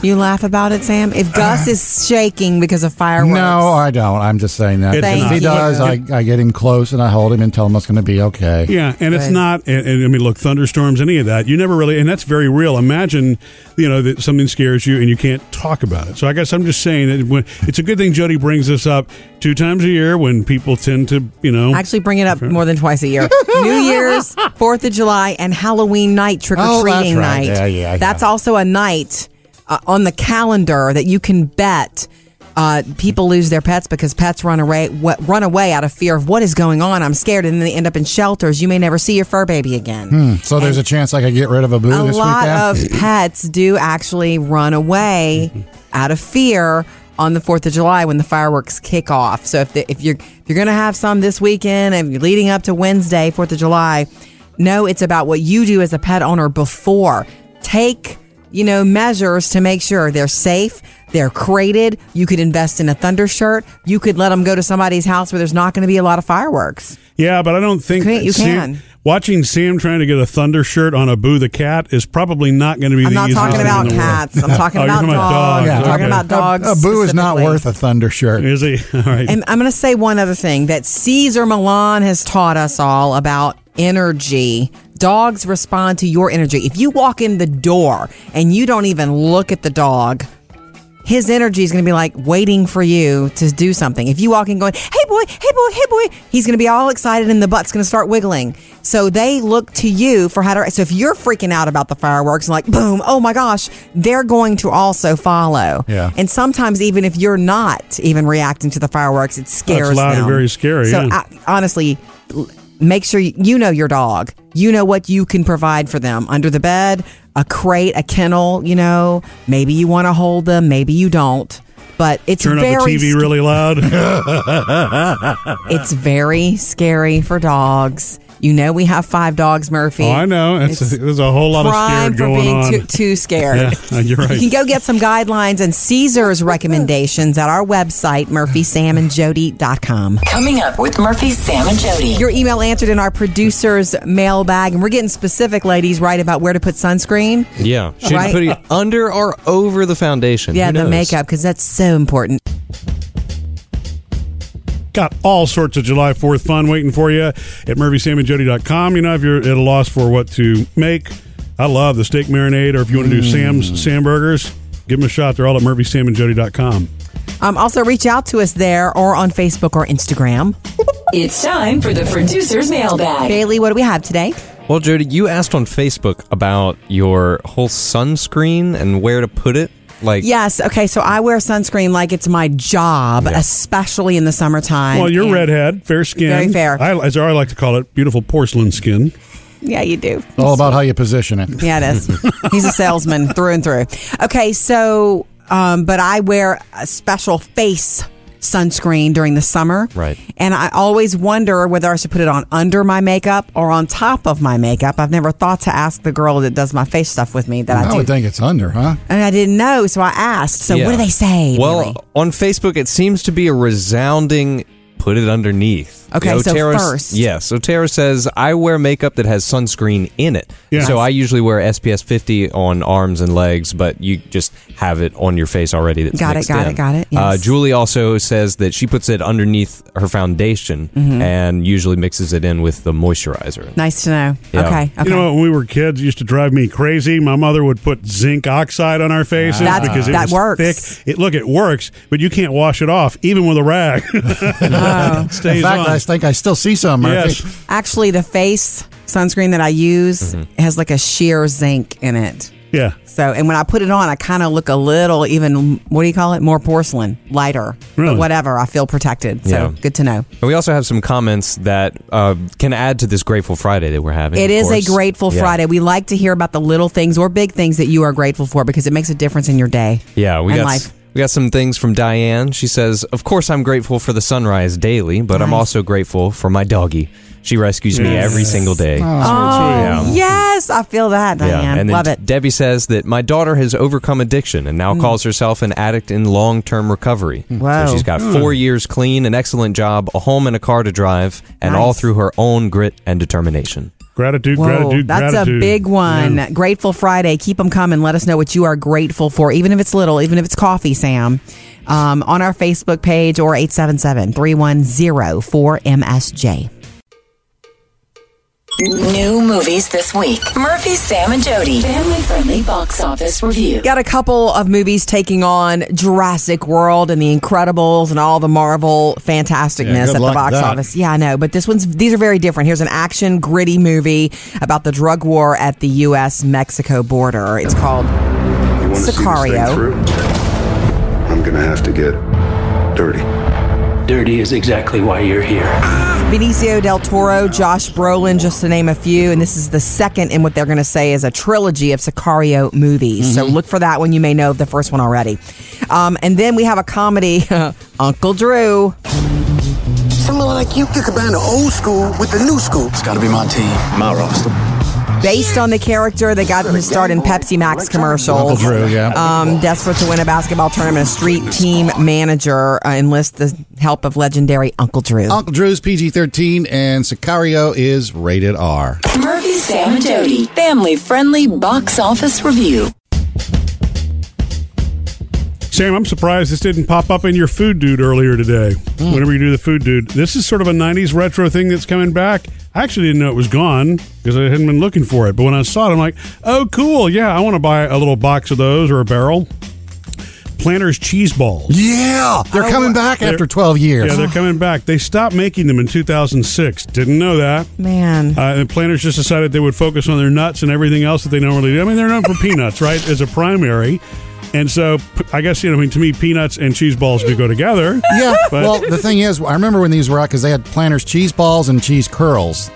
S1: You laugh about it, Sam? If Gus is shaking because of fireworks.
S2: No, I don't. I'm just saying that.
S1: It's
S2: If
S1: not.
S2: he does, I, I get him close and I hold him and tell him it's going to be okay.
S3: Yeah, and it's
S1: Good.
S3: not. And, and, I mean, look, thunderstorms, any of that, you never really, and that's very real. Imagine, you know, that something scares you and you can't talk about it. So I guess I'm just saying that when, it's a good thing Jody brings this up two times a year when people tend to, you know,
S1: I actually bring it up more than twice a year. New Year's, Fourth of July, and Halloween night trick or
S2: Oh, that's
S1: treating
S2: right.
S1: night.
S2: Yeah, yeah,
S1: That's also a night uh, on the calendar that you can bet. Uh, people lose their pets because pets run away what, run away out of fear of what is going on. I'm scared, and then they end up in shelters. You may never see your fur baby again.
S2: Hmm. So there's a chance I could get rid of a boo
S1: a
S2: this
S1: lot
S2: weekend.
S1: of pets do actually run away out of fear on the Fourth of July when the fireworks kick off. So if the, if you're if you're gonna have some this weekend and you're leading up to Wednesday Fourth of July, no, it's about what you do as a pet owner before. Take you know measures to make sure they're safe. They're crated. You could invest in a thunder shirt. You could let them go to somebody's house where there's not going to be a lot of fireworks.
S3: yeah, but I don't think
S1: Can't- you
S3: Sam-
S1: can.
S3: Watching Sam trying to get a thunder shirt on a Boo the cat is probably not going to be
S1: I'm
S3: the
S1: not
S3: easiest
S1: talking
S3: thing
S1: about
S3: in the world.
S1: cats. I'm talking
S3: Oh, you're
S1: about dogs.
S2: Yeah,
S1: I'm talking
S3: okay.
S1: about dogs.
S2: a boo is not
S1: specifically.
S2: worth a thunder shirt.
S3: Is he? All right.
S1: And I'm going to say one other thing that Caesar Milan has taught us all about energy. Dogs respond to your energy. If you walk in the door and you don't even look at the dog, his energy is going to be like waiting for you to do something. If you walk in going, hey boy, hey boy, hey boy, he's going to be all excited and the butt's going to start wiggling. So they look to you for how to. So if you're freaking out about the fireworks and like, boom, oh my gosh, they're going to also follow.
S3: Yeah.
S1: And sometimes even if you're not even reacting to the fireworks, it scares
S3: That's loud and
S1: them.
S3: very scary,
S1: So
S3: yeah.
S1: I, honestly, l- make sure you, you know your dog. You know what you can provide for them under the bed, a crate, a kennel. You know, maybe you want to hold them, maybe you don't. But it's
S3: Turn up
S1: very
S3: the TV
S1: sc-
S3: really loud.
S1: It's very scary for dogs. You know, we have five dogs, Murphy.
S3: Oh, I know. It's, there's a whole lot of
S1: prime
S3: scared
S1: for
S3: going
S1: being
S3: on.
S1: too- too scared.
S3: Yeah, you're right.
S1: You can go get some guidelines and Caesar's recommendations at our website, murphysamandjody.com.
S4: Coming up with Murphy, Sam, and Jody.
S1: Your email answered in our producer's mailbag, and we're getting specific, ladies, right about where to put sunscreen.
S8: Yeah. Should
S1: Right.
S8: put it under or over the foundation.
S1: Yeah,
S8: Who
S1: the
S8: knows?
S1: makeup, because that's so important.
S3: Got all sorts of July 4th fun waiting for you at murphysamandjody.com. You know, if you're at a loss for what to make, I love the steak marinade, or if you want to do Sam's Sam Burgers, give them a shot. They're all at murphysamandjody.com.
S1: Um, also, reach out to us there or on Facebook or Instagram.
S4: It's time for the producer's mailbag.
S1: Bailey, what do we have today?
S8: Well, Jody, you asked on Facebook about your whole sunscreen and where to put it. Like,
S1: Yes. Okay. So I wear sunscreen like it's my job, especially in the summertime.
S3: well, you're
S1: And-
S3: redhead, fair skin.
S1: Very fair.
S3: I, as I like to call it, beautiful porcelain skin.
S1: Yeah, you do.
S2: all about how you position it.
S1: Yeah, it is. He's a salesman through and through. Okay, so, um, but I wear a special face sunscreen during the summer.
S8: Right.
S1: And I always wonder whether I should put it on under my makeup or on top of my makeup. I've never thought to ask the girl that does my face stuff with me that
S2: I,
S1: I do.
S2: would think it's under, huh?
S1: and I didn't know, so I asked. So
S8: Yeah.
S1: what do they say?
S8: Well, uh,
S1: Billy?
S8: on Facebook, it seems to be a resounding put it underneath.
S1: Okay, so
S8: Otero-
S1: first.
S8: Yeah, so Tara says, I wear makeup that has sunscreen in it.
S1: Yeah.
S8: So I usually wear SPS 50 on arms and legs, but you just have it on your face already. That's
S1: Got it,
S8: mixed
S1: got it,
S8: in.
S1: got it,
S8: Uh,
S1: yes.
S8: Julie also says that she puts it underneath her foundation
S1: Mhm.
S8: and usually mixes it in with the moisturizer.
S1: nice to know.
S8: Yeah.
S1: Okay. Okay.
S3: You know, when we were kids, it used to drive me crazy. My mother would put zinc oxide on our faces
S1: That's-
S3: because it
S1: that
S3: was
S1: works.
S3: thick. It look, it works, but you can't wash it off even with a rag.
S1: Oh.
S3: It stays
S2: In fact,
S3: on.
S2: I think I still see some. Murphy.
S3: Yes.
S1: Actually, the face sunscreen that I use
S8: Mm-hmm.
S1: has like a sheer zinc in it.
S3: Yeah.
S1: So, and when I put it on, I kind of look a little even, what do you call it? More porcelain, lighter.
S8: Really?
S1: But whatever, I feel protected. So,
S8: Yeah.
S1: good to know.
S8: And we also have some comments that uh, can add to this Grateful Friday that we're having. of
S1: It is
S8: course.
S1: a grateful
S8: Yeah.
S1: Friday. We like to hear about the little things or big things that you are grateful for because it makes a difference in your day.
S8: Yeah, we
S1: and
S8: got
S1: life.
S8: we got some things from Diane. She says, "Of course, I'm grateful for the sunrise daily, but I'm
S1: Nice.
S8: also grateful for my doggie. She rescues me
S1: Yes.
S8: every single day."
S1: Oh, yes. I feel that,
S8: Yeah,
S1: Diane.
S8: and then
S1: Love it. Mm.
S8: Debbie says that my daughter has overcome addiction and now calls herself an addict in long-term recovery.
S1: Wow.
S8: So she's got
S1: Hmm.
S8: four years clean, an excellent job, a home and a car to drive, and all
S1: Nice.
S8: through her own grit and determination.
S3: Gratitude,
S1: Whoa,
S3: gratitude,
S1: that's
S3: gratitude.
S1: a big one.
S3: Yeah.
S1: Grateful Friday. Keep them coming. Let us know what you are grateful for, even if it's little, even if it's coffee, Sam, um, on our Facebook page or 877 310 4MSJ.
S4: New movies this week. Murphy, Sam, and Jody. Family friendly box office review.
S1: Got a couple of movies taking on Jurassic World and The Incredibles and all the Marvel fantasticness
S15: Yeah, good
S1: at the
S15: luck
S1: box
S15: with that.
S1: office. Yeah, I know, but this one's these are very different. Here's an action gritty movie about the drug war at the U.S. Mexico border. It's called
S5: You want to see this
S1: Sicario.
S5: thing through? I'm gonna have to get dirty.
S6: Dirty is exactly why you're here.
S1: Benicio del Toro, Josh Brolin, just to name a few. And this is the second in what they're going to say is a trilogy of Sicario movies. So
S2: Mm-hmm.
S1: look for that one. You may know of the first one already. Um, and then we have a comedy, Uncle Drew.
S7: Something like you could combine the old school with the new school. It's gotta be my team, my roster.
S1: Based on the character that got him his start in Pepsi Max commercials.
S2: Uncle Drew, yeah.
S1: Um, desperate to win a basketball tournament, a street team manager uh, enlists the help of legendary Uncle Drew.
S2: Uncle Drew's PG 13 and Sicario is rated R.
S4: Murphy, Sam, and Jody. Family friendly box office review.
S3: Sam, I'm surprised this didn't pop up in your food dude earlier today. Whenever you do the food dude, this is sort of a '90s retro thing that's coming back. I actually didn't know it was gone because I hadn't been looking for it. But when I saw it, I'm like, "Oh, cool! Yeah, I want to buy a little box of those or a barrel." Planters cheese balls.
S2: Yeah,
S1: Oh,
S2: they're coming back after 12 years.
S3: Yeah, they're coming back. They stopped making them in 2006. Didn't know that.
S1: Man.
S3: Uh, and planters just decided they would focus on their nuts and everything else that they normally do. I mean, they're known for peanuts, right, as a primary. And so, p- I guess you know. I mean, to me, peanuts and cheese balls do go together.
S2: Yeah.
S3: But-
S2: well, the thing is, I remember when these were out because they had Planters cheese balls and cheese curls.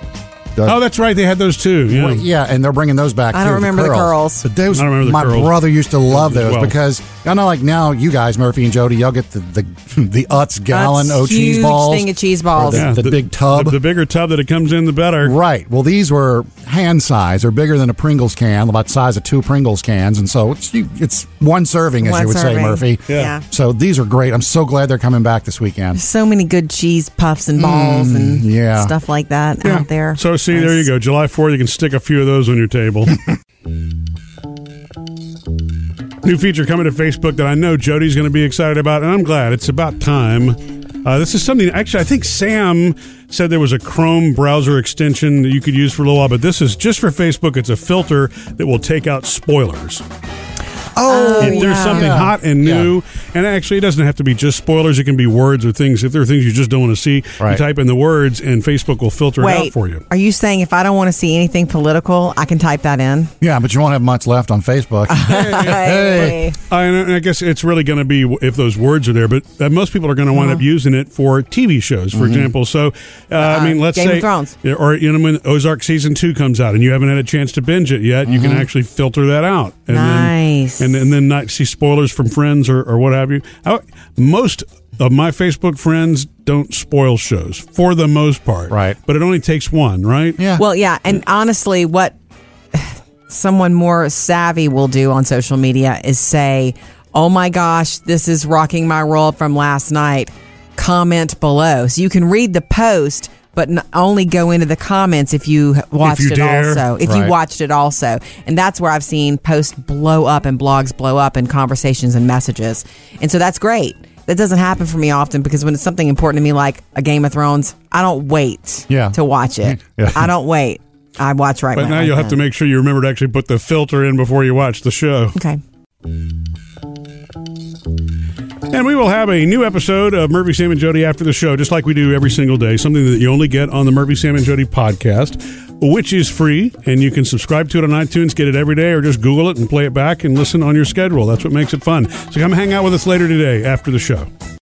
S3: oh, that's right. They had those too. Yeah.
S2: Well, yeah, and they're bringing those back.
S1: I don't
S2: too,
S1: remember the curls.
S2: But those,
S3: I don't remember the
S2: my
S3: curls.
S2: brother used to love
S3: As
S2: those
S3: well.
S2: because I know, like now, you guys, Murphy and Jody, y'all get the the, the Utz gallon
S1: That's
S2: o cheese
S1: huge
S2: balls,
S1: thing of cheese
S2: or
S1: balls.
S2: the, the big tub.
S3: The, the bigger tub that it comes in, the better.
S2: Right. Well, these were hand size. They're bigger than a Pringles can, about the size of two Pringles cans, and so it's you, it's one serving, as
S1: One
S2: you would
S1: serving.
S2: say, Murphy.
S1: Yeah. Yeah.
S2: So these are great. I'm so glad they're coming back this weekend.
S1: So many good cheese puffs and balls and
S2: yeah.
S1: stuff like that out there.
S3: So, see, there you go. July 4th, you can stick a few of those on your table. New feature coming to Facebook that I know Jody's going to be excited about, and I'm glad. It's about time. Uh, this is something, actually, I think Sam said there was a Chrome browser extension that you could use for a little while, but this is just for Facebook. It's a filter that will take out spoilers.
S2: Oh,
S3: if there's
S2: yeah.
S3: something
S2: Yeah.
S3: hot and new, and actually it doesn't have to be just spoilers. It can be words or things. If there are things you just don't want to see, you
S2: Right.
S3: type in the words, and Facebook will filter it out
S1: Wait,
S3: for you.
S1: are you saying if I don't want to see anything political, I can type that in?
S2: Yeah, but you won't have much left on Facebook.
S1: Hey.
S3: I, and I guess it's really going to be w- if those words are there, but uh, most people are going to wind
S1: Uh-huh.
S3: up using it for TV shows, for
S2: Mhm.
S3: example. So, uh, I mean, let's
S1: Mm-hmm. Uh-uh. Game of
S3: say
S1: Thrones.
S3: Yeah, or you know when Ozark season two comes out, and you haven't had a chance to binge it yet, you can
S2: Mhm.
S3: actually filter that out. And
S1: Mm-hmm. Nice.
S3: Then, and, and then not see spoilers from friends or, or what have you. I, most of my Facebook friends don't spoil shows for the most part, right? But it only takes one, right?
S2: Yeah.
S1: Well, yeah, and honestly, what someone more savvy will do on social media is say, "Oh my gosh, this is rocking my world from last night." Comment below, so you can read the post, but n- only go into the comments if you watched
S3: you
S1: it
S3: dare.
S1: also. If
S3: Right.
S1: you watched it also, and that's where I've seen posts blow up and blogs blow up and conversations and messages, and so that's great. That doesn't happen for me often because when it's something important to me, like a Game of Thrones, I don't wait
S2: Yeah.
S1: to watch it.
S2: Yeah.
S1: I don't wait. I watch right
S3: But
S1: when-
S3: now
S1: right
S3: you'll have to
S1: then.
S3: make sure you remember to actually put the filter in before you watch the show.
S1: Okay.
S3: And we will have a new episode of Murphy, Sam, and Jody after the show, just like we do every single day. Something that you only get on the Murphy, Sam, and Jody podcast, which is free. And you can subscribe to it on iTunes, get it every day, or just Google it and play it back and listen on your schedule. That's what makes it fun. So come hang out with us later today after the show.